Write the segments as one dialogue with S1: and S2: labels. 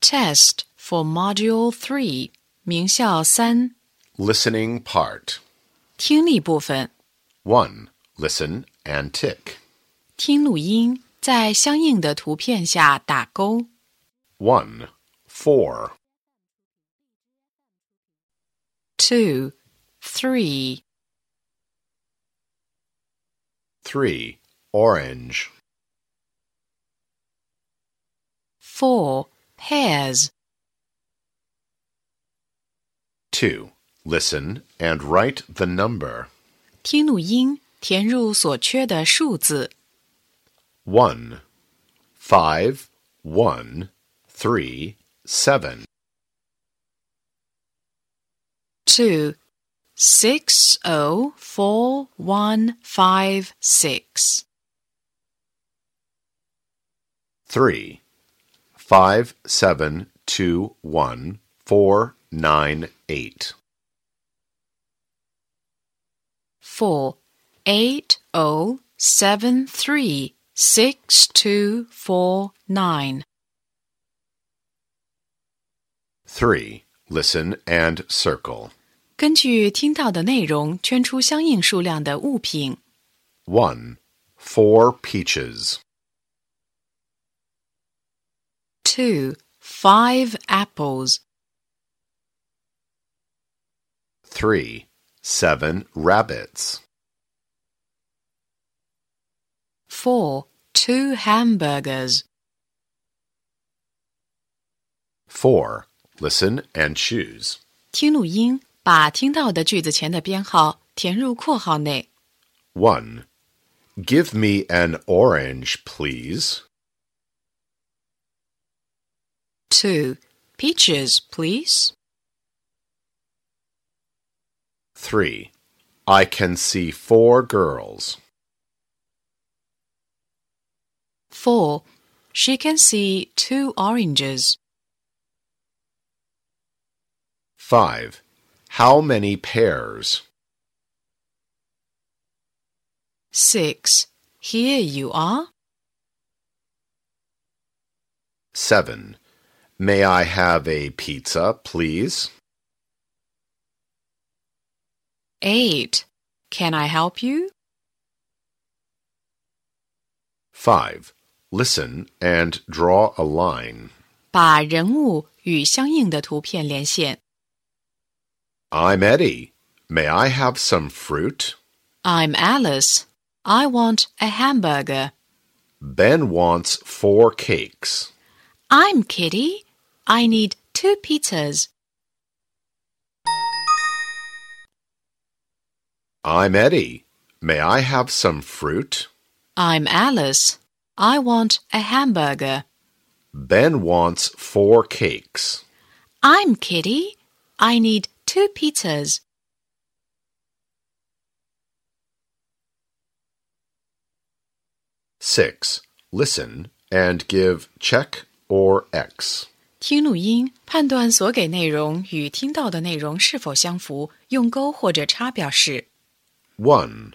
S1: test for Module 3, 名校三
S2: Listening part.
S1: 听力部分，
S2: 1. Listen and tick.
S1: 听录音，在相应的图片下打勾。
S2: 1. 4.
S1: 2, 3,
S2: 3. Orange.
S1: 4, pairs.
S2: 2. Listen and write the number.
S1: 听录音，填入所缺的数字。
S2: 1. 5. 1. 3. 7.
S1: 2, 6, 0, 4, 1, 5, 6.
S2: 3. 5. 7. 2. 1. 4. 9. 8.
S1: 4, 8, 0, 7, 3, 6, 2, 4, 9.
S2: 3. Listen and circle.
S1: 根据听到的内容圈出相应数量的物品。
S2: 1. 4 peaches.
S1: 2, 5 apples.
S2: 3. 7 rabbits.
S1: 4, 2 hamburgers.
S2: 4. Listen and choose.
S1: 听录音，把听到的句子前的编号填入括号内。
S2: 1. Give me an orange, please.
S1: 2. Peaches, please.
S2: 3. I can see four girls.
S1: 4. She can see two oranges.
S2: 5. How many pears?
S1: 6. Here you are.
S2: 7. May I have a pizza, please?
S1: 8. Can I help you?
S2: 5. Listen and draw a line.
S1: 把人物与相应的图片连线。
S2: I'm Eddie. May I have some fruit?
S1: I'm Alice. I want a hamburger.
S2: Ben wants four cakes.
S1: I'm Kitty. I need two pizzas.
S2: I'm Eddie. May I have some fruit?
S1: I'm Alice. I want a hamburger.
S2: Ben wants four cakes.
S1: I'm Kitty. I need two pizzas.
S2: Six. Listen and give check or X.
S1: 听录音，判断所给内容与听到的内容是否相符，用勾或者叉表示。
S2: 1.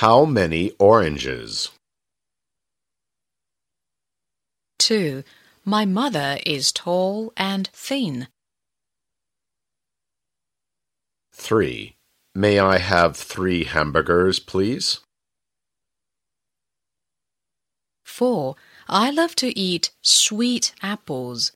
S2: How many oranges?
S1: 2. My mother is tall and thin.
S2: 3. May I have three hamburgers, please?
S1: 4. I love to eat sweet apples.